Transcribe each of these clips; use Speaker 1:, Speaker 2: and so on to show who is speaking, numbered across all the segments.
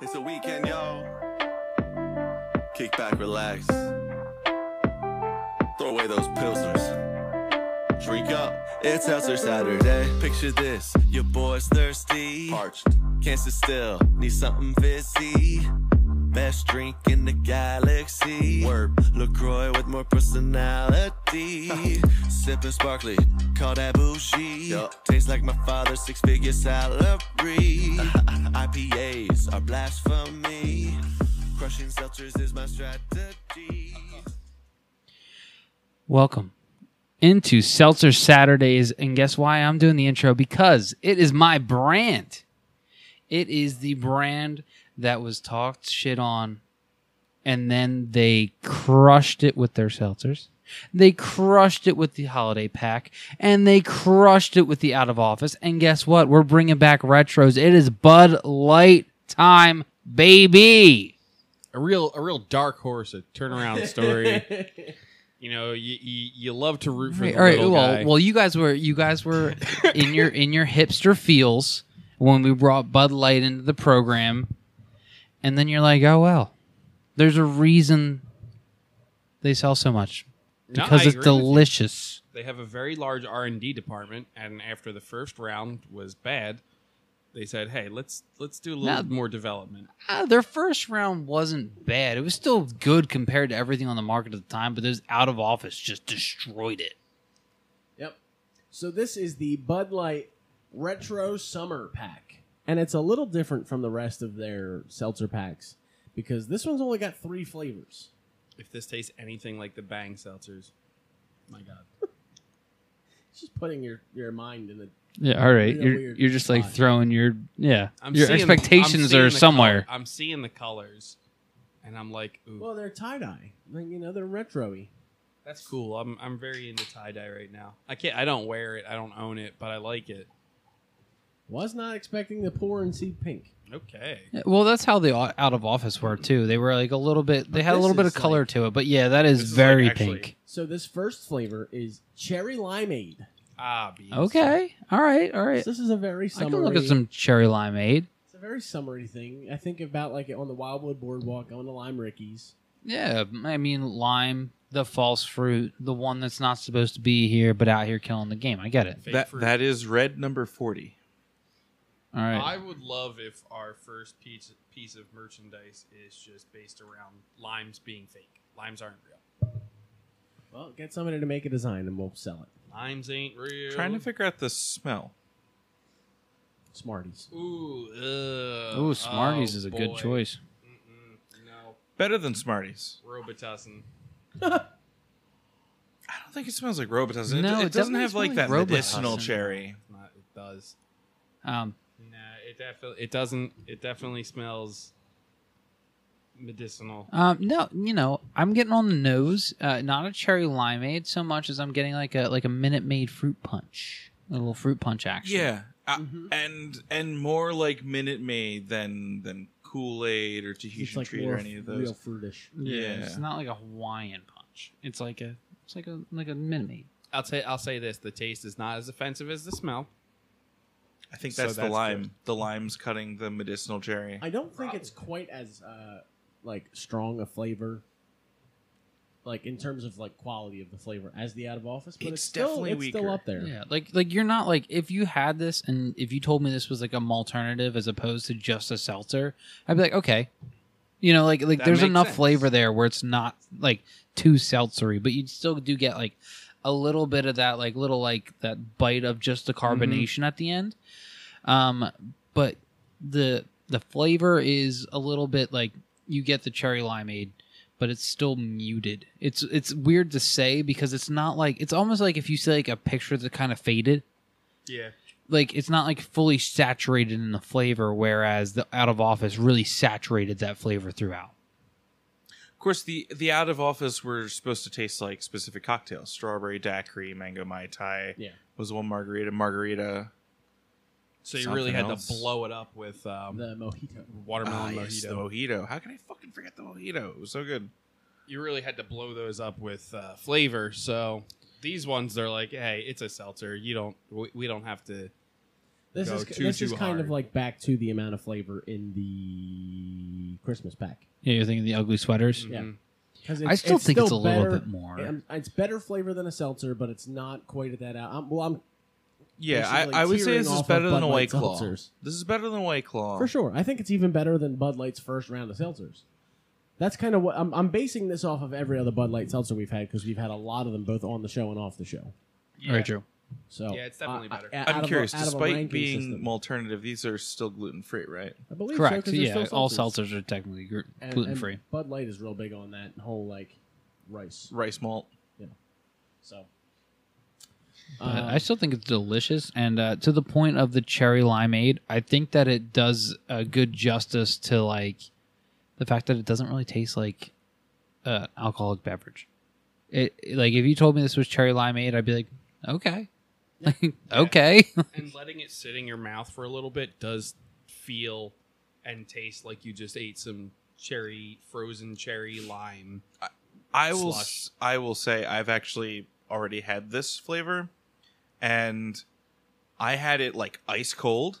Speaker 1: It's a weekend, y'all. Kick back, relax. Throw away those pilsners. Drink up. It's Hustler Saturday. Picture this, your boy's thirsty. Parched. Can't sit still, need something fizzy. Best drink in the galaxy. Word. LaCroix with more personality. Sipping sparkly, call that bougie. Tastes like my father's six figure salary. IPAs are blasphemy. Crushing seltzers is my strategy.
Speaker 2: Welcome into Seltzer Saturdays. And guess why I'm doing the intro? Because it is my brand. It is the brand that was talked shit on, and then they crushed it with their seltzers. They crushed it with the holiday pack, and they crushed it with the out of office. And guess what? We're bringing back retros. It is Bud Light time, baby.
Speaker 3: a real a real dark horse a turnaround story. you know, you, you you love to root for the little
Speaker 2: well,
Speaker 3: guy.
Speaker 2: well, you guys were you guys were in your in your hipster feels when we brought Bud Light into the program, and then you're like, oh well, there's a reason they sell so much
Speaker 3: No,
Speaker 2: because
Speaker 3: I
Speaker 2: it's
Speaker 3: agree with you.
Speaker 2: delicious.
Speaker 3: They have a very large R and D department, and after the first round was bad, they said, "Hey, let's let's do a
Speaker 2: Now-
Speaker 3: little more development."
Speaker 2: Ah, their first round wasn't bad; it was still good compared to everything on the market at the time. But those out of office just destroyed it.
Speaker 4: Yep. So this is the Bud Light Retro Summer Pack, and it's a little different from the rest of their seltzer packs because this one's only got three flavors.
Speaker 3: If this tastes anything like the Bang seltzers, my God,
Speaker 4: It's just putting your, your mind in the
Speaker 2: Yeah, all right.
Speaker 4: In a You're- weird you're just, like, spot.
Speaker 2: throwing your yeah.
Speaker 3: seeing- I'm seeing the color- I'm seeing the colors, and I'm like, "Ooh,
Speaker 4: well, they're tie dye. Like, you know, they're retroy.
Speaker 3: that's cool." I'm I'm very into tie dye right now. I can't. I don't wear it. I don't own it, but I like it.
Speaker 4: Was not expecting the pour and see pink.
Speaker 3: Okay.
Speaker 2: Well, that's how the o- out of office were too. They were like a little bit. They had a
Speaker 4: this
Speaker 2: little bit of
Speaker 4: is
Speaker 2: color to it, but yeah, that is
Speaker 3: this is like
Speaker 2: very
Speaker 3: actually-
Speaker 2: pink.
Speaker 4: So this first flavor is cherry limeade.
Speaker 3: Ah, beans.
Speaker 2: Okay, all right, all right.
Speaker 4: So this is a very
Speaker 2: I
Speaker 4: summery.
Speaker 2: can look at some cherry limeade.
Speaker 4: It's a very summery thing. I think about like on the Wildwood Boardwalk, going to Lime Ricky's.
Speaker 2: Yeah, I mean lime, the false fruit, the one that's not supposed to be here but out here killing the game. I get it.
Speaker 3: Fake
Speaker 5: That
Speaker 3: fruit.
Speaker 5: that is red number forty.
Speaker 2: All right.
Speaker 3: I would love if our first piece piece of merchandise is just based around limes being fake. Limes aren't real.
Speaker 4: Well, get somebody to make a design and we'll sell it.
Speaker 3: Limes ain't real.
Speaker 5: Trying to figure out the smell.
Speaker 4: Smarties.
Speaker 3: Ooh, ugh.
Speaker 2: Ooh, Smarties
Speaker 3: Oh,
Speaker 2: is a
Speaker 3: boy.
Speaker 2: good choice.
Speaker 3: Mm-mm, no,
Speaker 5: Better than Smarties.
Speaker 3: Robitussin.
Speaker 5: I don't think it smells like Robitussin.
Speaker 2: No,
Speaker 5: it,
Speaker 2: it
Speaker 5: it doesn't
Speaker 2: definitely
Speaker 5: have like that
Speaker 2: smells like
Speaker 5: medicinal
Speaker 2: Robitussin.
Speaker 5: cherry.
Speaker 3: It's not. It does.
Speaker 2: Um,
Speaker 3: Nah, it definitely. It doesn't. It definitely smells medicinal.
Speaker 2: um, no, you know, I'm getting on the nose. Uh, not a cherry limeade so much as I'm getting like a like a minute made fruit punch, a little fruit punch action.
Speaker 5: Yeah, uh,
Speaker 4: Mhm.
Speaker 5: and and more like Minute Maid than than Kool Aid or
Speaker 4: It's
Speaker 5: Tahitian
Speaker 4: like
Speaker 5: Treat
Speaker 4: more
Speaker 5: or
Speaker 4: f-
Speaker 5: any of those.
Speaker 4: real fruitish.
Speaker 5: Yeah.
Speaker 2: It's not like a Hawaiian punch. It's like a it's like a like a mini.
Speaker 3: I'll say. I'll say this. The taste is not as offensive as the smell.
Speaker 5: I think
Speaker 3: So
Speaker 5: that's the
Speaker 3: that's
Speaker 5: lime.
Speaker 3: good.
Speaker 5: The lime's cutting the medicinal cherry.
Speaker 4: I don't think it's quite as uh, like strong a flavor, like in terms of like quality of the flavor as the out of office. But it's,
Speaker 5: It's
Speaker 4: still, it's
Speaker 5: definitely
Speaker 4: still
Speaker 5: weaker.
Speaker 4: up there.
Speaker 2: Yeah, like like you're not like if you had this and if you told me this was like a alternative as opposed to just a seltzer, I'd be like okay, you know, like like
Speaker 3: That
Speaker 2: there's
Speaker 3: makes
Speaker 2: enough
Speaker 3: sense.
Speaker 2: flavor there where it's not like too seltzery, but you still do get like a little bit of that like little like that bite of just the carbonation at the end. Um, but the the flavor is a little bit like you get the cherry limeade but it's still muted. It's it's weird to say because it's not like it's almost like if you see like a picture that's kind of faded,
Speaker 3: Yeah.
Speaker 2: like it's not like fully saturated in the flavor. Whereas the out of office really saturated that flavor throughout.
Speaker 5: Of course, the the out of office were supposed to taste like specific cocktails: strawberry daiquiri, mango mai tai.
Speaker 4: Yeah.
Speaker 5: was one margarita. Margarita.
Speaker 3: So you really
Speaker 5: Something
Speaker 3: had
Speaker 5: else.
Speaker 3: to blow it up with um,
Speaker 4: The mojito.
Speaker 3: watermelon
Speaker 5: Ah,
Speaker 3: mojito.
Speaker 5: yes, the mojito. How can I fucking forget the mojito? It was so good.
Speaker 3: you really had to blow those up with uh, flavor. So these ones, they're like, hey, it's a seltzer. You don't, we, we don't have to.
Speaker 4: This
Speaker 3: go
Speaker 4: is
Speaker 3: too
Speaker 4: this
Speaker 3: too
Speaker 4: is kind
Speaker 3: hard.
Speaker 4: of like back to the amount of flavor in the Christmas pack.
Speaker 2: Yeah, you're thinking the ugly sweaters.
Speaker 4: Yeah.
Speaker 3: Mhm.
Speaker 4: 'Cause
Speaker 2: I still think it's
Speaker 4: still
Speaker 2: a little
Speaker 4: better-
Speaker 2: bit more.
Speaker 4: um, It's better flavor than a seltzer, but it's not quite at that. out- I'm, well, I'm
Speaker 5: Yeah,
Speaker 4: Basically
Speaker 5: I, I would say
Speaker 4: tearing
Speaker 5: this
Speaker 4: off
Speaker 5: is
Speaker 4: of
Speaker 5: better
Speaker 4: Bud
Speaker 5: than a
Speaker 4: Light
Speaker 5: White Claw.
Speaker 4: seltzers.
Speaker 5: This is better than a White Claw.
Speaker 4: for sure. I think it's even better than Bud Light's first round of seltzers. That's kind of what I'm, I'm basing this off of every other Bud Light seltzer we've had because we've had a lot of them both on the show and off the show.
Speaker 5: Yeah.
Speaker 2: Very true.
Speaker 4: So
Speaker 3: Yeah, it's definitely better.
Speaker 4: out
Speaker 5: I'm
Speaker 4: of a-
Speaker 5: curious.
Speaker 4: out of a ranking
Speaker 5: despite being
Speaker 4: system.
Speaker 5: alternative, these are still gluten free, right?
Speaker 4: I believe so,
Speaker 2: Correct.
Speaker 4: 'cause they're
Speaker 2: yeah,
Speaker 4: still
Speaker 2: all seltzers are technically
Speaker 4: And-
Speaker 2: gluten
Speaker 4: and
Speaker 2: free.
Speaker 4: Bud Light is real big on that whole like rice.
Speaker 5: Rice malt.
Speaker 4: So
Speaker 2: Uh, I still think it's delicious, and uh, to the point of the cherry limeade, I think that it does a good justice to like the fact that it doesn't really taste like uh, alcoholic beverage. It like if you told me this was cherry limeade, I'd be like, okay, like okay,
Speaker 3: and letting it sit in your mouth for a little bit does feel and taste like you just ate some cherry frozen cherry lime.
Speaker 5: I will.
Speaker 3: Slush.
Speaker 5: s- I will say I've actually already had this flavor, and I had it like ice cold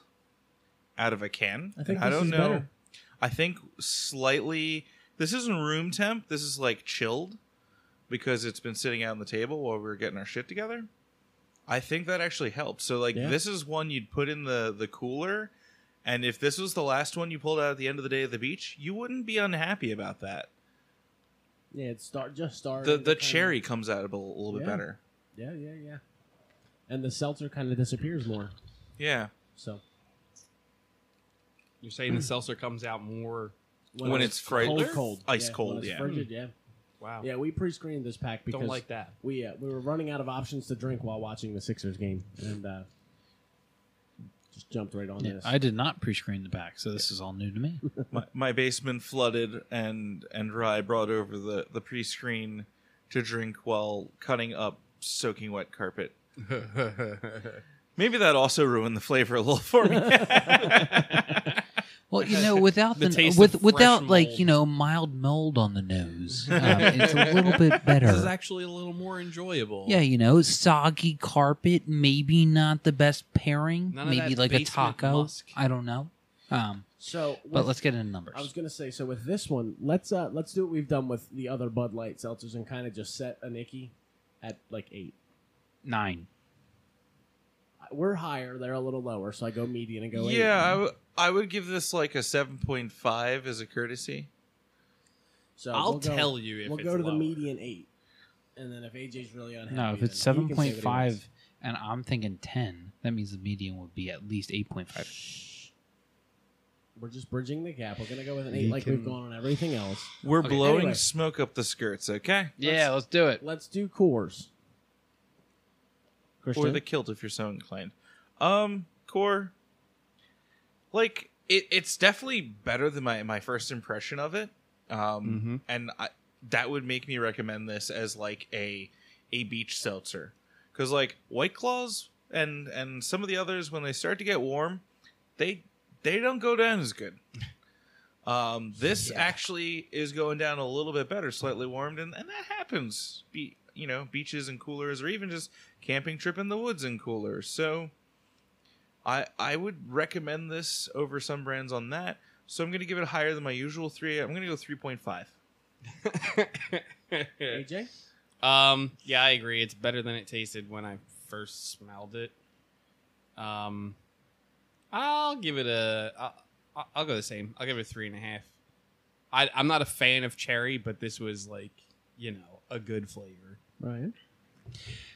Speaker 5: out of a can.
Speaker 4: I think
Speaker 5: And I
Speaker 4: this
Speaker 5: don't
Speaker 4: is
Speaker 5: know.
Speaker 4: better.
Speaker 5: I think slightly. This isn't room temp. This is like chilled because it's been sitting out on the table while we were getting our shit together. I think that actually helped. So like
Speaker 4: Yeah.
Speaker 5: this is one you'd put in the the cooler and if this was the last one you pulled out at the end of the day at the beach, you wouldn't be unhappy about that.
Speaker 4: yeah, it start just started
Speaker 5: The
Speaker 4: to
Speaker 5: the
Speaker 4: kinda-
Speaker 5: cherry comes out a little, a little
Speaker 4: Yeah.
Speaker 5: bit better.
Speaker 4: Yeah, yeah, yeah. And the seltzer kind of disappears more.
Speaker 5: Yeah.
Speaker 4: So
Speaker 3: You're saying the seltzer comes out more.
Speaker 5: When it's fried-
Speaker 4: cold, cold,
Speaker 5: Ice
Speaker 4: yeah,
Speaker 5: cold,
Speaker 4: when it's
Speaker 5: yeah. Hmm.
Speaker 4: frigid, yeah,
Speaker 2: Oh.
Speaker 3: Wow.
Speaker 4: yeah. We pre-screened this pack because
Speaker 3: Don't like that.
Speaker 4: we uh, we were running out of options to drink while watching the Sixers game, and uh, just jumped right on this.
Speaker 2: I did not pre-screen the back, so this is all new to me.
Speaker 5: my, my basement flooded and and Rye brought over the the pre-screen to drink while cutting up soaking wet carpet. Maybe that also ruined the flavor a little for me.
Speaker 2: Well, you know, without
Speaker 3: The
Speaker 2: the,
Speaker 3: taste
Speaker 2: with
Speaker 3: of
Speaker 2: without
Speaker 3: fresh
Speaker 2: like
Speaker 3: mold.
Speaker 2: you know mild mold on the nose, um, it's a little bit better.
Speaker 3: This is actually a little more enjoyable.
Speaker 2: Yeah, you know, soggy carpet, maybe not the best pairing.
Speaker 3: None of
Speaker 2: maybe
Speaker 3: that
Speaker 2: like a
Speaker 3: basement
Speaker 2: taco.
Speaker 3: musk.
Speaker 2: I don't know. Um,
Speaker 4: so,
Speaker 2: but
Speaker 4: with-
Speaker 2: let's get into numbers.
Speaker 4: I was gonna say so with this one, let's uh let's do what we've done with the other Bud Light seltzers and kind of just set a Nicky at like eight.
Speaker 2: Nine.
Speaker 4: We're higher, they're a little lower, so I go median and go eight.
Speaker 5: yeah, I, w- I would give this like a 7.5 as a courtesy.
Speaker 4: So
Speaker 3: I'll
Speaker 4: we'll go-
Speaker 3: tell you if
Speaker 4: we'll
Speaker 3: it's
Speaker 4: go to the
Speaker 3: lower.
Speaker 4: median eight, and then if AJ's really unhappy,
Speaker 2: No, if
Speaker 4: then
Speaker 2: it's
Speaker 4: he can say
Speaker 2: seven
Speaker 4: what he
Speaker 2: point five,
Speaker 4: wants.
Speaker 2: and I'm thinking ten, that means the median would be at least eight point five.
Speaker 4: we're just bridging the gap. We're gonna go with an eight,
Speaker 2: You
Speaker 4: like
Speaker 2: can-
Speaker 4: we've gone on everything else.
Speaker 5: We're
Speaker 2: Okay,
Speaker 5: blowing
Speaker 4: anyway.
Speaker 5: smoke up the skirts, okay?
Speaker 2: Yeah, let's do it.
Speaker 4: Let's do Coors. Christian,
Speaker 5: Or the kilt if you're so inclined. Um, core. Like it, it's definitely better than my my first impression of it. Um, and I, that would make me recommend this as like a a beach seltzer because like White Claws and and some of the others when they start to get warm, they they don't go down as good. Um, this actually is going down a little bit better, slightly warmed, and, and that happens. Be you know beaches and coolers, or even just camping trip in the woods and coolers. So, I I would recommend this over some brands on that. So I'm going to give it higher than my usual three. I'm going to go three point five.
Speaker 4: AJ.
Speaker 3: Um, yeah, I agree. It's better than it tasted when I first smelled it. Um, I'll give it a. I'll, I'll go the same. I'll give it a three and a half. I, I'm not a fan of cherry, but this was like you know a good flavor.
Speaker 4: Ryan.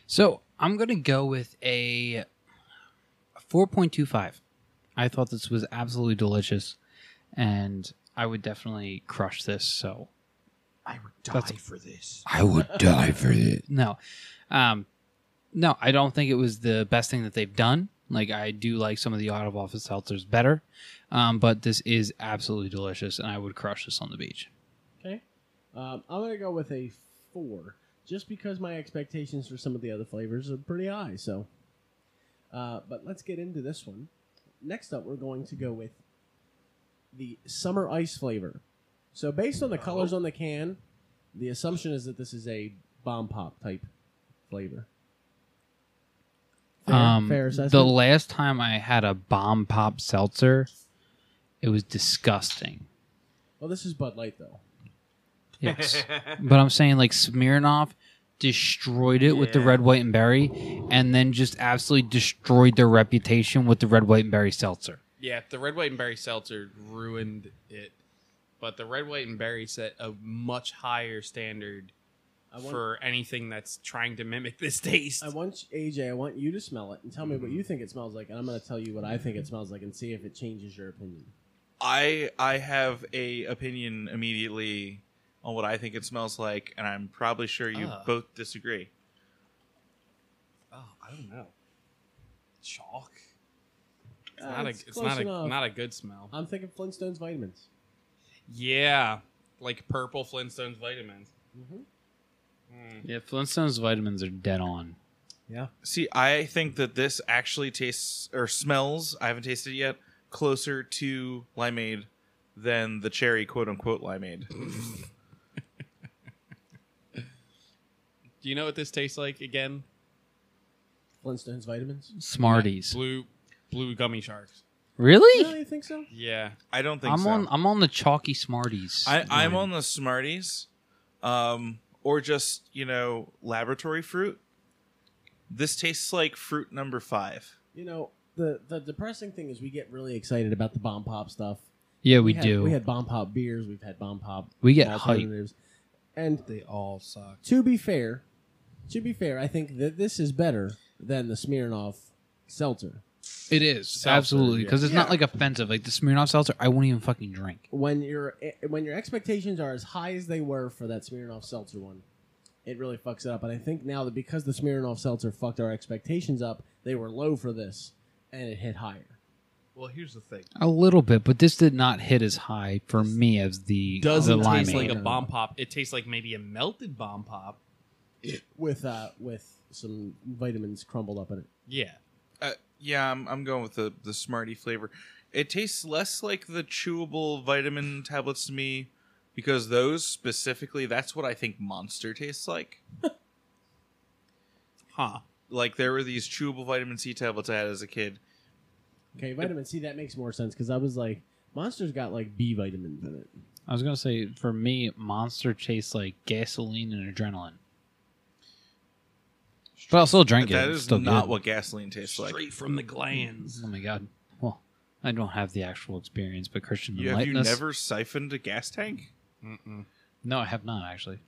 Speaker 2: So I'm gonna go with a four point two five. I thought this was absolutely delicious, and I would definitely crush this. So
Speaker 3: I would die
Speaker 2: That's-
Speaker 3: for this.
Speaker 2: I would die for it. No, um, no, I don't think it was the best thing that they've done. Like I do like some of the out of office seltzers better, um, but this is absolutely delicious, and I would crush this on the beach.
Speaker 4: Okay. Um, I'm going to go with a four, just because my expectations for some of the other flavors are pretty high. So, uh, but let's get into this one. Next up, we're going to go with the summer ice flavor. So, based
Speaker 5: Oh.
Speaker 4: on the colors on the can, the assumption is that this is a bomb pop type flavor. Fair-
Speaker 2: um,
Speaker 4: fair assessment.
Speaker 2: The last time I had a bomb pop seltzer, it was disgusting.
Speaker 4: Well, this is Bud Light though.
Speaker 2: Yes. but I'm saying like Smirnoff destroyed it with the
Speaker 3: Yeah.
Speaker 2: red, white, and berry, and then just absolutely destroyed their reputation with the red, white, and berry seltzer.
Speaker 3: Yeah, the red, white, and berry seltzer ruined it. But the red, white, and berry set a much higher standard
Speaker 4: I want,
Speaker 3: for anything that's trying to mimic this taste.
Speaker 4: I want AJ. I want you to smell it and tell me what
Speaker 2: Mm-hmm.
Speaker 4: you think it smells like, and I'm going to tell you what I think it smells like and see if it changes your opinion.
Speaker 5: I I have a opinion immediately on what I think it smells like, and I'm probably sure you
Speaker 3: Ah.
Speaker 5: both disagree.
Speaker 3: oh, I don't know. Chalk. It's
Speaker 4: Uh,
Speaker 3: not a.
Speaker 4: it's
Speaker 3: It's
Speaker 4: close
Speaker 3: not a.
Speaker 4: enough.
Speaker 3: Not a good smell.
Speaker 4: I'm thinking Flintstones vitamins.
Speaker 3: Yeah, like purple Flintstones vitamins.
Speaker 2: Mm-hmm.
Speaker 4: Mhm.
Speaker 3: Mm.
Speaker 2: Yeah, Flintstones vitamins are dead on.
Speaker 5: See, I think that this actually tastes or smells. I haven't tasted it yet. Closer to limeade than the cherry, quote unquote limeade.
Speaker 3: Do you know what this tastes like again?
Speaker 4: Flintstones vitamins.
Speaker 2: Smarties.
Speaker 3: Blue, blue gummy sharks.
Speaker 2: Really?
Speaker 4: Really, you think so?
Speaker 3: Yeah.
Speaker 5: I don't think
Speaker 2: I'm
Speaker 5: so.
Speaker 2: on I'm on the chalky Smarties.
Speaker 5: I, I'm
Speaker 2: line.
Speaker 5: on the Smarties, um, or just you know laboratory fruit. This tastes like fruit number five.
Speaker 4: You know, the the depressing thing is we get really excited about the bomb pop stuff.
Speaker 2: Yeah, we,
Speaker 4: had-
Speaker 2: do.
Speaker 4: We had bomb pop beers. We've had bomb pop.
Speaker 2: We get hype.
Speaker 4: alternatives. And
Speaker 3: They all suck.
Speaker 4: to be fair, to be fair, I think that this is better than the Smirnoff seltzer.
Speaker 2: It is
Speaker 3: Seltzer,
Speaker 2: absolutely because it's not
Speaker 5: Yeah.
Speaker 2: like offensive. Like the Smirnoff seltzer, I won't even fucking drink.
Speaker 4: When your eh, when your expectations are as high as they were for that Smirnoff seltzer one, it really fucks it up. And I think now that because the Smirnoff seltzer fucked our expectations up, they were low for this, and it hit higher.
Speaker 3: Well, here's the thing.
Speaker 2: A little bit, but this did not hit as high for me as the
Speaker 3: Doesn't
Speaker 2: the
Speaker 3: taste
Speaker 2: limeade.
Speaker 3: like a
Speaker 4: No.
Speaker 3: bomb pop. It tastes like maybe a melted bomb pop.
Speaker 4: With uh, with some vitamins crumbled up in it.
Speaker 3: Yeah.
Speaker 5: Uh, yeah, I'm, I'm going with the the Smartie flavor. It tastes less like the chewable vitamin tablets to me, because those specifically, that's what I think Monster tastes like.
Speaker 3: Huh.
Speaker 5: Like there were these chewable vitamin C tablets I had as a kid.
Speaker 4: Okay, vitamin C that makes more sense because I was like, Monster's got like B vitamins in it.
Speaker 2: I was gonna say for me, Monster tastes like gasoline and adrenaline. But I'll still drink it.
Speaker 5: that
Speaker 2: It's
Speaker 5: is
Speaker 2: still
Speaker 5: not
Speaker 2: good.
Speaker 5: what gasoline tastes
Speaker 3: Straight
Speaker 5: like.
Speaker 3: from the glands.
Speaker 2: Oh my god. Well, I don't have the actual experience, but Christian
Speaker 5: You, have you
Speaker 2: enlightened us.
Speaker 5: never siphoned a gas tank?
Speaker 2: No, I have not actually.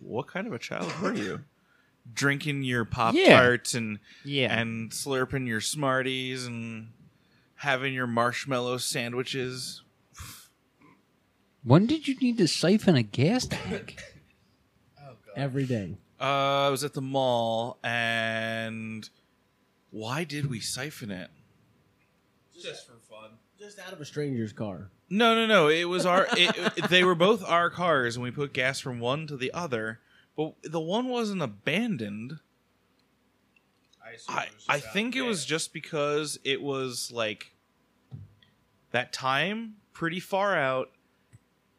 Speaker 5: What kind of a child were you? Drinking your pop tarts and
Speaker 3: Yeah.
Speaker 5: and slurping your Smarties and having your marshmallow sandwiches.
Speaker 2: When did you need to siphon a gas tank?
Speaker 4: Every day.
Speaker 5: Uh, I was at the mall, and why did we siphon it?
Speaker 3: Just for fun.
Speaker 4: Just out of a stranger's car.
Speaker 5: No, no, no. It was our. It, it- they were both our cars, and we put gas from one to the other. But the one wasn't abandoned. I, I think it was just because it was like that time pretty far out.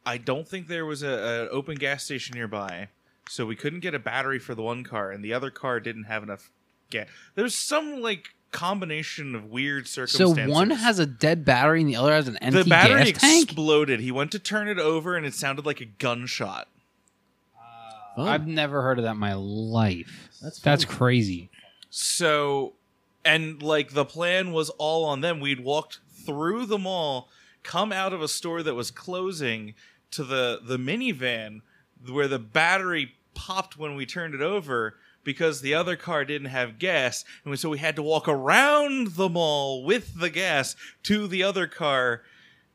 Speaker 5: I don't think there was a, a open gas station nearby, so we couldn't get a battery for the one car, and the other car didn't have enough gas. There's some like combination of weird
Speaker 2: So
Speaker 5: circumstances.
Speaker 2: one has a dead battery and the other has an empty
Speaker 5: the battery
Speaker 2: gas tank.
Speaker 5: exploded. He went to turn it over, and it sounded like a gunshot.
Speaker 4: Fun.
Speaker 2: I've never heard of that in my life.
Speaker 4: That's
Speaker 2: Oh. That's
Speaker 4: fun.
Speaker 2: crazy.
Speaker 5: So, and like the plan was all on them. We'd walked through the mall, come out of a store that was closing to the the minivan where the battery popped when we turned it over because the other car didn't have gas, and so we had to walk around the mall with the gas to the other car,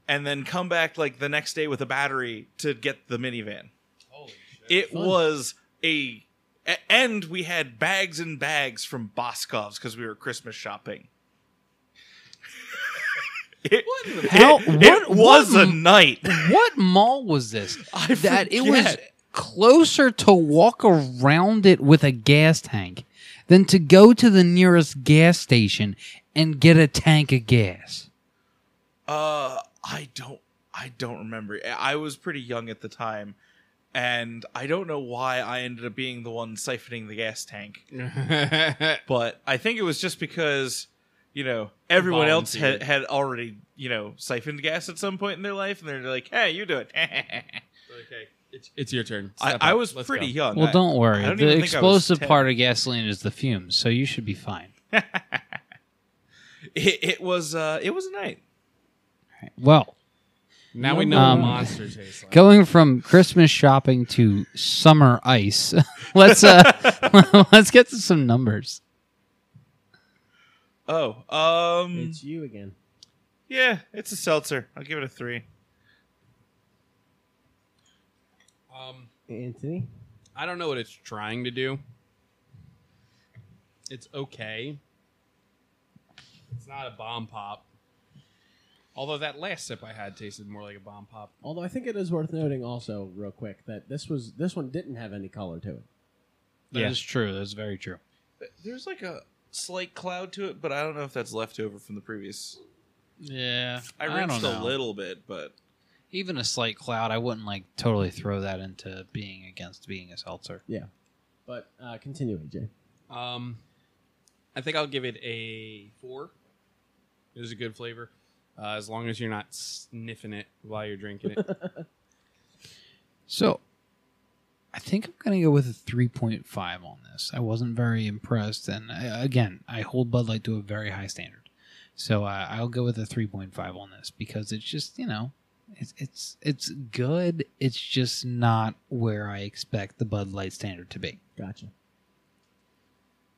Speaker 5: and then come back like the next day with a battery to get the minivan.
Speaker 3: Holy shit.
Speaker 5: It
Speaker 4: Fun.
Speaker 5: was a, a- and we had bags and bags from Boscov's because we were Christmas shopping. it, it-
Speaker 2: hell?
Speaker 5: it
Speaker 2: What-
Speaker 5: was
Speaker 2: what
Speaker 5: a night.
Speaker 2: What mall was this?
Speaker 5: I
Speaker 2: that it was
Speaker 5: forget.
Speaker 2: closer to walk around it with a gas tank than to go to the nearest gas station and get a tank of gas.
Speaker 5: Uh, I don't, I don't remember. I was pretty young at the time, and I don't know why I ended up being the one siphoning the gas tank,
Speaker 3: yeah,
Speaker 5: but I think it was just because you know everyone else had,
Speaker 3: Volunteered.
Speaker 5: had already you know siphoned gas at some point in their life, and they're like, "Hey, you do it."
Speaker 3: okay, it's, it's your turn.
Speaker 5: I,
Speaker 3: Step
Speaker 5: I
Speaker 3: up.
Speaker 5: was
Speaker 3: Let's
Speaker 5: pretty
Speaker 3: go.
Speaker 5: young.
Speaker 2: Well,
Speaker 5: I-
Speaker 2: don't worry.
Speaker 5: I don't
Speaker 2: the
Speaker 5: even think I was
Speaker 2: explosive
Speaker 5: 10.
Speaker 2: part of gasoline is the fumes, so you should be fine.
Speaker 5: It, it was uh, it was a night.
Speaker 2: Well,
Speaker 3: Now we know
Speaker 2: Um,
Speaker 3: what monster tastes like.
Speaker 2: going from Christmas shopping to summer ice, let's uh, let's get to some numbers.
Speaker 5: Oh, um,
Speaker 4: It's you again.
Speaker 5: yeah, it's a seltzer. I'll give it a three.
Speaker 3: Um,
Speaker 4: Anthony?
Speaker 3: I don't know what it's trying to do. It's okay. It's not a bomb pop. Although that last sip I had tasted more like a bomb pop.
Speaker 4: Although I think it is worth noting also, real quick, that this was this one didn't have any color to it.
Speaker 2: That is
Speaker 3: Yeah.
Speaker 2: true. That's very true.
Speaker 5: There's like a slight cloud to it, but I don't know if that's left over from the previous.
Speaker 2: Yeah,
Speaker 5: I reached a little bit, but
Speaker 2: Even a slight cloud, I wouldn't like totally throw that into being against being a seltzer.
Speaker 4: But uh, continue, AJ.
Speaker 3: Um, I think I'll give it a four. It is a good flavor, uh, as long as you're not sniffing it while you're drinking it.
Speaker 2: So, I think I'm gonna go with a 3.5 on this. I wasn't very impressed, and I, again, I hold Bud Light to a very high standard. So uh, I'll go with a 3.5 on this because it's just you know, it's it's it's good. It's just not where I expect the Bud Light standard to be.
Speaker 4: Gotcha.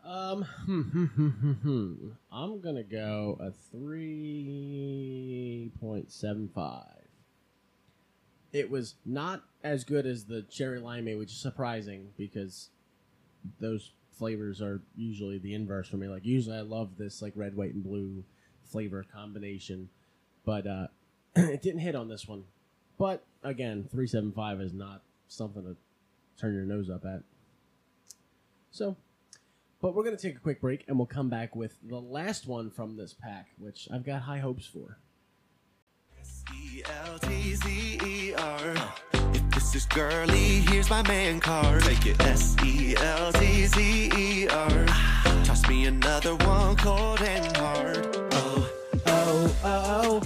Speaker 4: Um, hmm, hmm, hmm, hmm, hmm. I'm gonna go a three point seven five. It was not as good as the cherry limeade, which is surprising because those flavors are usually the inverse for me. Like usually, I love this like red, white, and blue flavor combination, but uh, it didn't hit on this one. But again, three seven five is not something to turn your nose up at. So, but we're going to take a quick break and we'll come back with the last one from this pack, which I've got high hopes for.
Speaker 1: E S-E-L-T-Z-E-R. E If this is girly, here's my man card. E Take it S-E-L-T-Z-E-R. E Toss me another one cold and hard. Oh,
Speaker 4: Oh, oh, oh.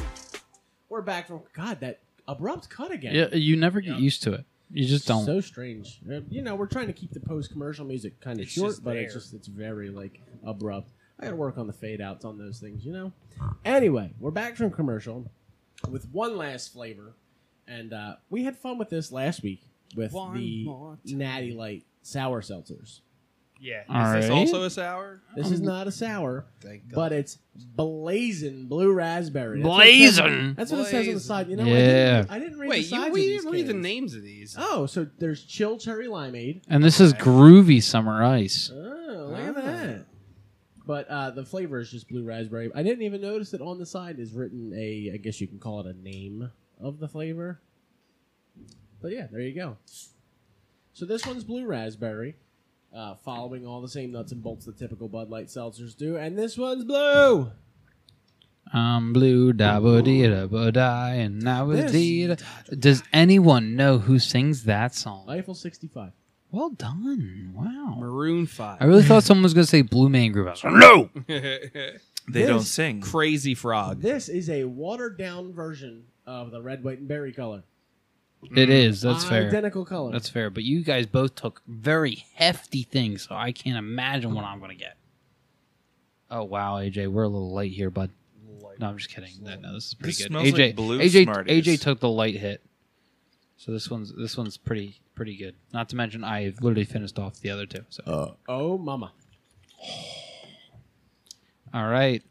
Speaker 4: We're back from, God, that abrupt cut again.
Speaker 2: you never get used to it. You just
Speaker 4: So strange. Uh, You know, we're trying to keep the post commercial music kind of
Speaker 3: It's
Speaker 4: short,
Speaker 3: just
Speaker 4: but it's
Speaker 3: there.
Speaker 4: just, it's very, like, abrupt. I got to work on the fade outs on those things, you know? Anyway, we're back from commercial with one last flavor. And uh, we had fun with this last week with
Speaker 3: One
Speaker 4: the
Speaker 3: more time.
Speaker 4: Natty Light sour seltzers.
Speaker 3: yeah.
Speaker 2: All
Speaker 3: is this
Speaker 2: right.
Speaker 3: also a sour?
Speaker 4: This is not a sour,
Speaker 5: Thank
Speaker 4: but it's blazing blue raspberry. That's
Speaker 2: Blazing.
Speaker 4: What it says- That's what it says on the side. You know,
Speaker 2: Yeah.
Speaker 4: I, didn't, I didn't read the
Speaker 3: Wait,
Speaker 4: sides
Speaker 3: you,
Speaker 4: of
Speaker 3: we
Speaker 4: these
Speaker 3: didn't read the
Speaker 4: cans.
Speaker 3: names of these.
Speaker 4: Oh, so there's chill cherry limeade.
Speaker 2: and this is groovy summer ice.
Speaker 4: Oh, look at
Speaker 3: Ah.
Speaker 4: that. But uh, the flavor is just blue raspberry. I didn't even notice that on the side is written a, I guess you can call it a name of the flavor. But yeah, there you go. So this one's blue raspberry, uh, following all the same nuts and bolts that typical Bud Light seltzers do. And this one's blue.
Speaker 2: I'm Um, blue, da ba dee da ba da, and I was
Speaker 4: This-
Speaker 2: dee da. Does anyone know who sings that song?
Speaker 4: Eiffel 65.
Speaker 2: Well done. Wow.
Speaker 3: Maroon Five.
Speaker 2: I really thought someone was going to say Blue Man Group. I was like,
Speaker 5: No, they
Speaker 4: This-
Speaker 5: don't sing.
Speaker 3: Crazy Frog.
Speaker 4: Uh, This is a watered down version of the red, white, and berry color.
Speaker 2: It is. That's fair.
Speaker 4: Identical color.
Speaker 2: That's fair. But you guys both took very hefty things, so I can't imagine what I'm going to get. Oh, wow, AJ. We're a little light here, bud. No, I'm just kidding. No, no, this is pretty
Speaker 5: This
Speaker 2: good.
Speaker 5: smells
Speaker 2: AJ,
Speaker 5: like blue
Speaker 2: AJ,
Speaker 5: Smarties.
Speaker 2: AJ took the light hit. So this one's this one's pretty pretty good. Not to mention I literally finished off the other two. So
Speaker 4: oh, mama.
Speaker 2: all right.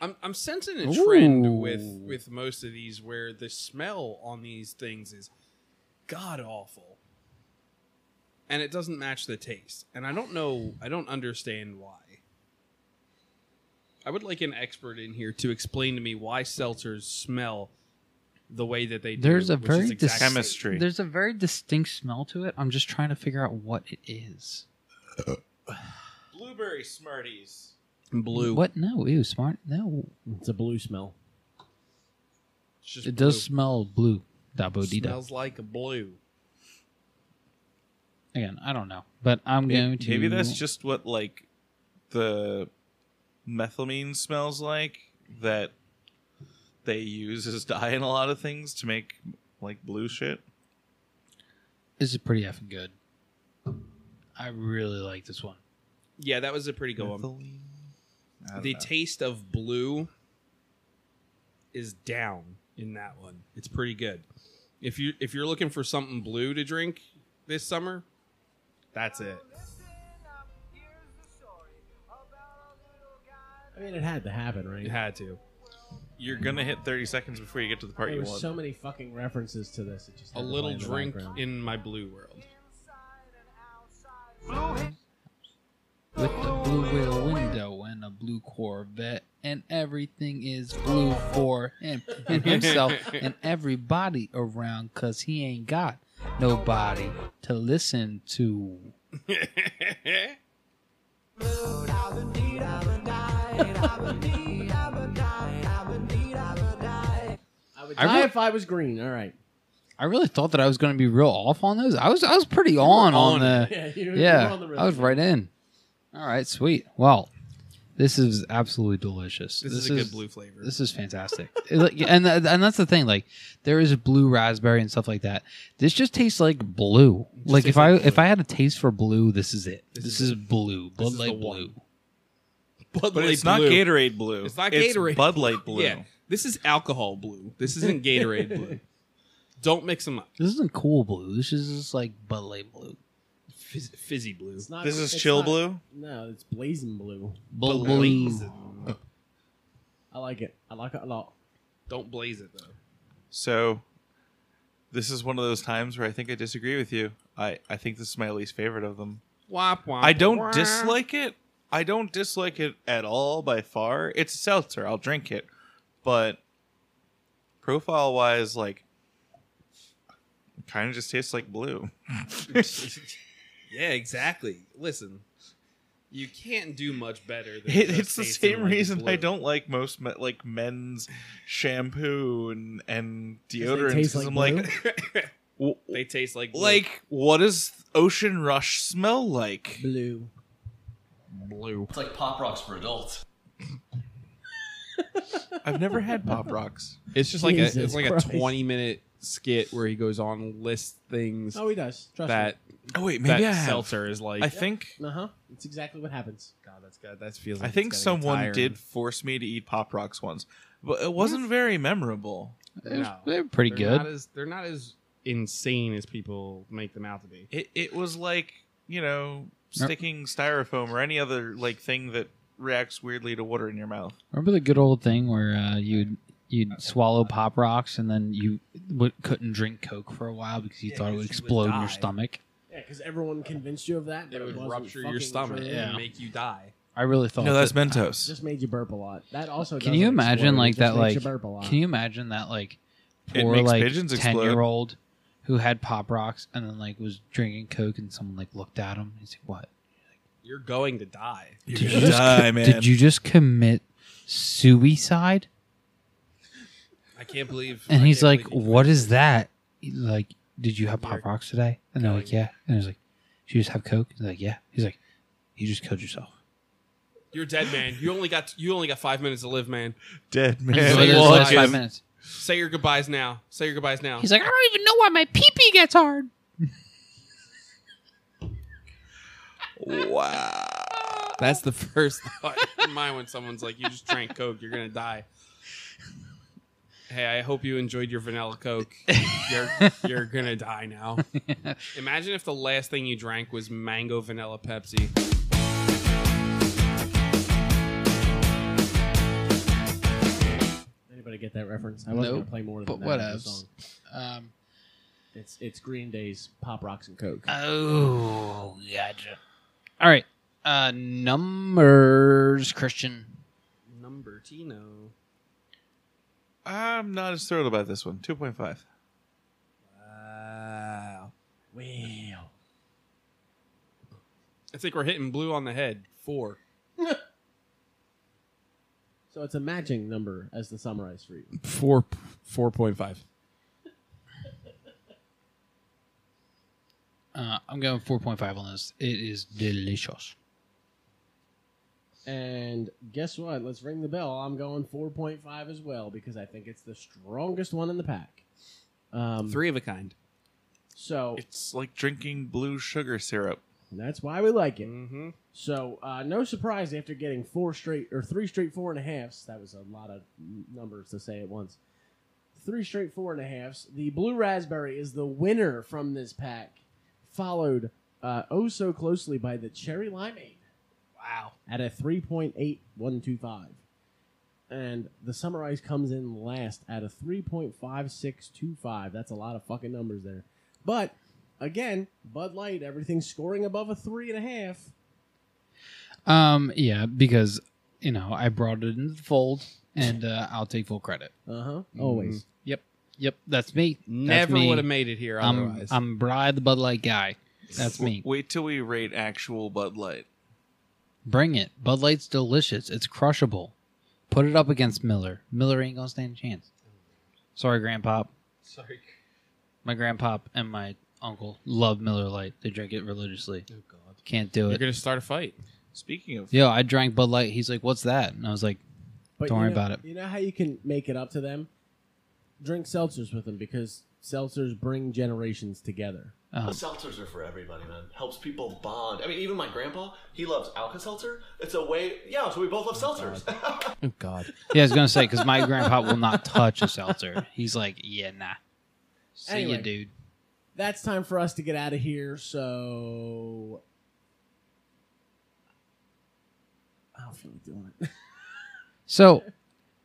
Speaker 3: I'm, I'm sensing a trend
Speaker 2: Ooh.
Speaker 3: with with most of these where the smell on these things is god awful, and it doesn't match the taste. And I don't know, I don't understand why. I would like an expert in here to explain to me why seltzers smell the way that they do.
Speaker 2: There's a
Speaker 3: which
Speaker 2: very
Speaker 3: is
Speaker 2: dis-
Speaker 3: exactly-
Speaker 5: Chemistry.
Speaker 2: There's a very distinct smell to it. I'm just trying to figure out what it is.
Speaker 5: Blueberry Smarties.
Speaker 3: blue.
Speaker 2: What? No, ew, smart. No,
Speaker 4: It's a blue smell.
Speaker 3: It's just
Speaker 2: it does
Speaker 3: blue.
Speaker 2: smell blue. Dabo
Speaker 3: smells like a blue.
Speaker 2: Again, I don't know, but I'm going to.
Speaker 5: Maybe that's just what like the methylamine smells like that they use as dye in a lot of things to make like blue shit.
Speaker 2: This is pretty effing good. I really like this one.
Speaker 3: Yeah, that was a pretty good one.
Speaker 5: Methylene? I don't
Speaker 3: The
Speaker 5: know.
Speaker 3: taste of blue is down in that one. It's pretty good. If you if you're looking for something blue to drink this summer, that's it.
Speaker 4: I mean, it had to happen, right?
Speaker 3: You had to.
Speaker 5: You're gonna hit 30 seconds before you get to the part
Speaker 4: There
Speaker 5: you
Speaker 4: were
Speaker 5: want.
Speaker 4: so many fucking references to this. It just
Speaker 3: A
Speaker 4: had to
Speaker 3: little
Speaker 4: play in the
Speaker 3: drink
Speaker 4: background.
Speaker 3: in my blue world.
Speaker 2: With the blue whale window and a blue Corvette, and everything is blue for him and himself and everybody around, cause he ain't got nobody to listen to.
Speaker 4: I would
Speaker 2: I
Speaker 4: die
Speaker 2: really-
Speaker 4: if I was green. All right.
Speaker 2: I really thought that I was going to be real off on those. I was, I was pretty on on
Speaker 3: on
Speaker 2: the.
Speaker 4: Yeah, you
Speaker 2: Yeah, I was right in. All right, sweet. Well, this is absolutely delicious.
Speaker 3: This, is a good blue flavor.
Speaker 2: This is fantastic. It, like, and th- and that's the thing. Like there is blue raspberry and stuff like that. This just tastes like blue.
Speaker 3: just
Speaker 2: Like if
Speaker 3: tastes
Speaker 2: I
Speaker 3: like blue.
Speaker 2: if I had a taste for blue, this is it. This,
Speaker 3: This
Speaker 2: is,
Speaker 3: is
Speaker 2: blue. Blood
Speaker 3: is the
Speaker 2: Light
Speaker 3: one.
Speaker 2: blue.
Speaker 3: Bud
Speaker 5: but
Speaker 3: Light
Speaker 5: it's not
Speaker 3: Blue.
Speaker 5: Gatorade blue.
Speaker 3: It's not Gatorade.
Speaker 5: Bud Light blue.
Speaker 3: Yeah, this is alcohol blue. This isn't Gatorade blue. Don't mix them up.
Speaker 2: This isn't cool blue. This is just like Bud Light blue.
Speaker 3: Fizz, fizzy blue.
Speaker 4: It's not,
Speaker 5: This is
Speaker 4: it's
Speaker 5: chill
Speaker 4: not-
Speaker 5: blue.
Speaker 4: No, it's blazing blue.
Speaker 2: Blue.
Speaker 4: I like it. I like it a lot.
Speaker 3: Don't blaze it though.
Speaker 5: So this is one of those times where I think I disagree with you. I I think this is my least favorite of them.
Speaker 3: Womp womp.
Speaker 5: I don't
Speaker 3: womp.
Speaker 5: dislike it. I don't dislike it at all by far. It's a seltzer. I'll drink it. But profile wise, like, kind of just tastes like blue.
Speaker 3: yeah, exactly. Listen, you can't do much better. Than
Speaker 5: It,
Speaker 3: just
Speaker 5: it's the
Speaker 3: tasting
Speaker 5: same
Speaker 3: like
Speaker 5: reason I
Speaker 3: blue.
Speaker 5: don't like most me- like men's shampoo and and
Speaker 4: they
Speaker 5: deodorants.
Speaker 4: taste
Speaker 5: 'cause
Speaker 4: like
Speaker 5: I'm like, w-
Speaker 3: They taste like blue.
Speaker 5: like, what does Ocean Rush smell like?
Speaker 4: Blue.
Speaker 3: blue.
Speaker 6: It's like pop rocks for adults.
Speaker 5: I've never had Pop Rocks.
Speaker 3: It's just like a,
Speaker 4: Jesus
Speaker 3: it's like
Speaker 4: Christ.
Speaker 3: a twenty minute skit where he goes on and lists things
Speaker 4: Oh, he does. Trust
Speaker 3: that
Speaker 5: Oh wait,
Speaker 3: that
Speaker 5: maybe I have.
Speaker 3: seltzer is like.
Speaker 5: I think
Speaker 4: me. Uh huh. It's exactly what happens.
Speaker 3: God, that's got that feels.
Speaker 5: I
Speaker 3: Like
Speaker 5: think
Speaker 3: it's gotta get
Speaker 5: someone
Speaker 3: tiring.
Speaker 5: did force me to eat Pop Rocks once, but it wasn't very memorable.
Speaker 2: They're,
Speaker 3: No.
Speaker 2: they're pretty
Speaker 3: They're
Speaker 2: good.
Speaker 3: Not as, they're not as insane as people make them out to be.
Speaker 5: It it was like you know sticking styrofoam or any other like thing that reacts weirdly to water in your mouth.
Speaker 2: Remember the good old thing where uh, you'd you'd swallow pop rocks and then you w- couldn't drink Coke for a while because you
Speaker 3: Yeah,
Speaker 2: thought it would
Speaker 3: 'cause you would
Speaker 2: explode in
Speaker 3: die.
Speaker 2: your stomach.
Speaker 4: Yeah, because everyone convinced you of that. but
Speaker 3: It would
Speaker 4: wasn't
Speaker 3: rupture your
Speaker 4: fucking
Speaker 3: stomach
Speaker 4: true.
Speaker 2: yeah.
Speaker 3: and make you die.
Speaker 2: I really thought.
Speaker 5: No,
Speaker 2: that-
Speaker 5: that's Mentos.
Speaker 4: Just made you burp a lot. That also.
Speaker 2: Can
Speaker 4: doesn't
Speaker 2: you
Speaker 4: explode,
Speaker 2: imagine,
Speaker 4: it
Speaker 2: like,
Speaker 4: just
Speaker 2: that,
Speaker 4: makes
Speaker 2: like-
Speaker 4: you burp a lot.
Speaker 2: Can you imagine that like
Speaker 5: It
Speaker 2: poor
Speaker 5: makes
Speaker 2: like
Speaker 5: pigeons explode.
Speaker 2: ten year old who had pop rocks and then like was drinking coke and someone like looked at him. He's like, "What?
Speaker 3: You're going to die.
Speaker 5: You're
Speaker 2: Did
Speaker 5: gonna
Speaker 2: just
Speaker 5: die,
Speaker 2: co-
Speaker 5: man.
Speaker 2: Did you just commit suicide?"
Speaker 3: I can't believe.
Speaker 2: And
Speaker 3: I
Speaker 2: he's
Speaker 3: can't
Speaker 2: like,
Speaker 3: believe you-
Speaker 2: "What is that? He's like, did you have
Speaker 3: You're
Speaker 2: pop rocks today?" And they're like,
Speaker 3: killing
Speaker 2: "Yeah." And he's like, "Did you just have coke?" He's like, "Yeah." He's like, "You just killed yourself."
Speaker 3: You're dead, man. You only got you only got five minutes to live, man.
Speaker 5: Dead
Speaker 2: And he's
Speaker 5: man.
Speaker 2: like,
Speaker 3: it
Speaker 2: "This is the
Speaker 3: was-
Speaker 2: last five
Speaker 3: is-
Speaker 2: minutes.
Speaker 3: Say your goodbyes now. Say your goodbyes now.
Speaker 2: He's like, "I don't even know why my pee pee gets hard."
Speaker 5: wow.
Speaker 3: That's the first thought in mind when someone's like, "You just drank Coke. You're gonna die." Hey, I hope you enjoyed your vanilla Coke. You're you're gonna die now. Imagine if the last thing you drank was mango vanilla Pepsi.
Speaker 4: Anybody get that reference? I wasn't
Speaker 2: Nope,
Speaker 4: gonna play more than
Speaker 2: but
Speaker 4: that. of the
Speaker 2: whatevs.
Speaker 4: song.
Speaker 2: Um,
Speaker 4: It's it's Green Day's Pop Rocks and Coke.
Speaker 2: Oh, gotcha. All right. Uh numbers, Christian.
Speaker 3: Numbertino.
Speaker 5: I'm not as thrilled about this one. Two point five.
Speaker 3: Wow.
Speaker 4: Wow.
Speaker 3: I think we're hitting blue on the head. Four.
Speaker 4: So it's a matching number as the Samurai Street.
Speaker 3: Four. Four point five.
Speaker 2: Uh, I'm going 4.5 on this. It is delicious.
Speaker 4: And guess what? Let's ring the bell. I'm going 4.5 as well because I think it's the strongest one in the pack. Um,
Speaker 3: Three of a kind.
Speaker 4: So
Speaker 5: It's like drinking blue sugar syrup.
Speaker 4: that's why we like it.
Speaker 3: Mm-hmm.
Speaker 4: So uh, no surprise after getting four straight or three straight four and a halves. That was a lot of n- numbers to say at once. Three straight four and a halves. The blue raspberry is the winner from this pack, followed uh, oh so closely by the cherry limeade. Wow. At a three point eight one two five, and the summer ice comes in last at a three point five six two five. That's a lot of fucking numbers there, but. Again, Bud Light, everything's scoring above a three and a half.
Speaker 2: Um, yeah, because you know I brought it into the fold, and uh, I'll take full credit.
Speaker 4: Uh huh. Always.
Speaker 2: Yep, yep, that's me.
Speaker 3: Never
Speaker 2: me.
Speaker 3: would have made it here
Speaker 2: I'm
Speaker 3: otherwise.
Speaker 2: I'm Bri the Bud Light guy. That's me.
Speaker 5: Wait till we rate actual Bud Light.
Speaker 2: Bring it. Bud Light's delicious. It's crushable. Put it up against Miller. Miller ain't gonna stand a chance. Sorry, Grandpop.
Speaker 3: Sorry.
Speaker 2: My grandpop and my uncle love Miller Light. They drink it religiously.
Speaker 3: Oh God.
Speaker 2: Can't do
Speaker 3: You're
Speaker 2: it.
Speaker 3: gonna start a fight.
Speaker 5: Speaking of,
Speaker 2: Yo, I drank Bud Light. He's like, "What's that?" And I was like,
Speaker 4: But
Speaker 2: Don't
Speaker 4: you
Speaker 2: worry
Speaker 4: know-
Speaker 2: about it.
Speaker 4: You know how you can make it up to them? Drink seltzers with them because seltzers bring generations together.
Speaker 2: oh,
Speaker 6: Seltzers are for everybody, man. Helps people bond. I mean, even my grandpa, he loves Alka Seltzer. It's a way, yeah. So we both love seltzers.
Speaker 4: Oh, God.
Speaker 2: Yeah, I was gonna say because my grandpa will not touch a seltzer. He's like, yeah, nah. See
Speaker 4: Anyway.
Speaker 2: ya, dude.
Speaker 4: That's time for us to get out of here. So. I don't feel like doing it.
Speaker 2: So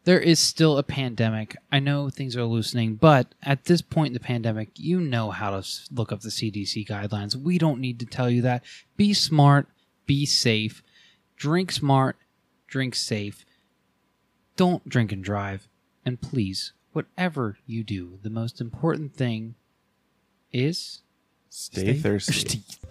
Speaker 2: there is still a pandemic. I know things are loosening, but at this point in the pandemic, you know how to s- look up the CDC guidelines. We don't need to tell you that. Be smart. Be safe. Drink smart. Drink safe. Don't drink and drive. And please, whatever you do, the most important thing is
Speaker 5: stay thirsty.
Speaker 1: Oh.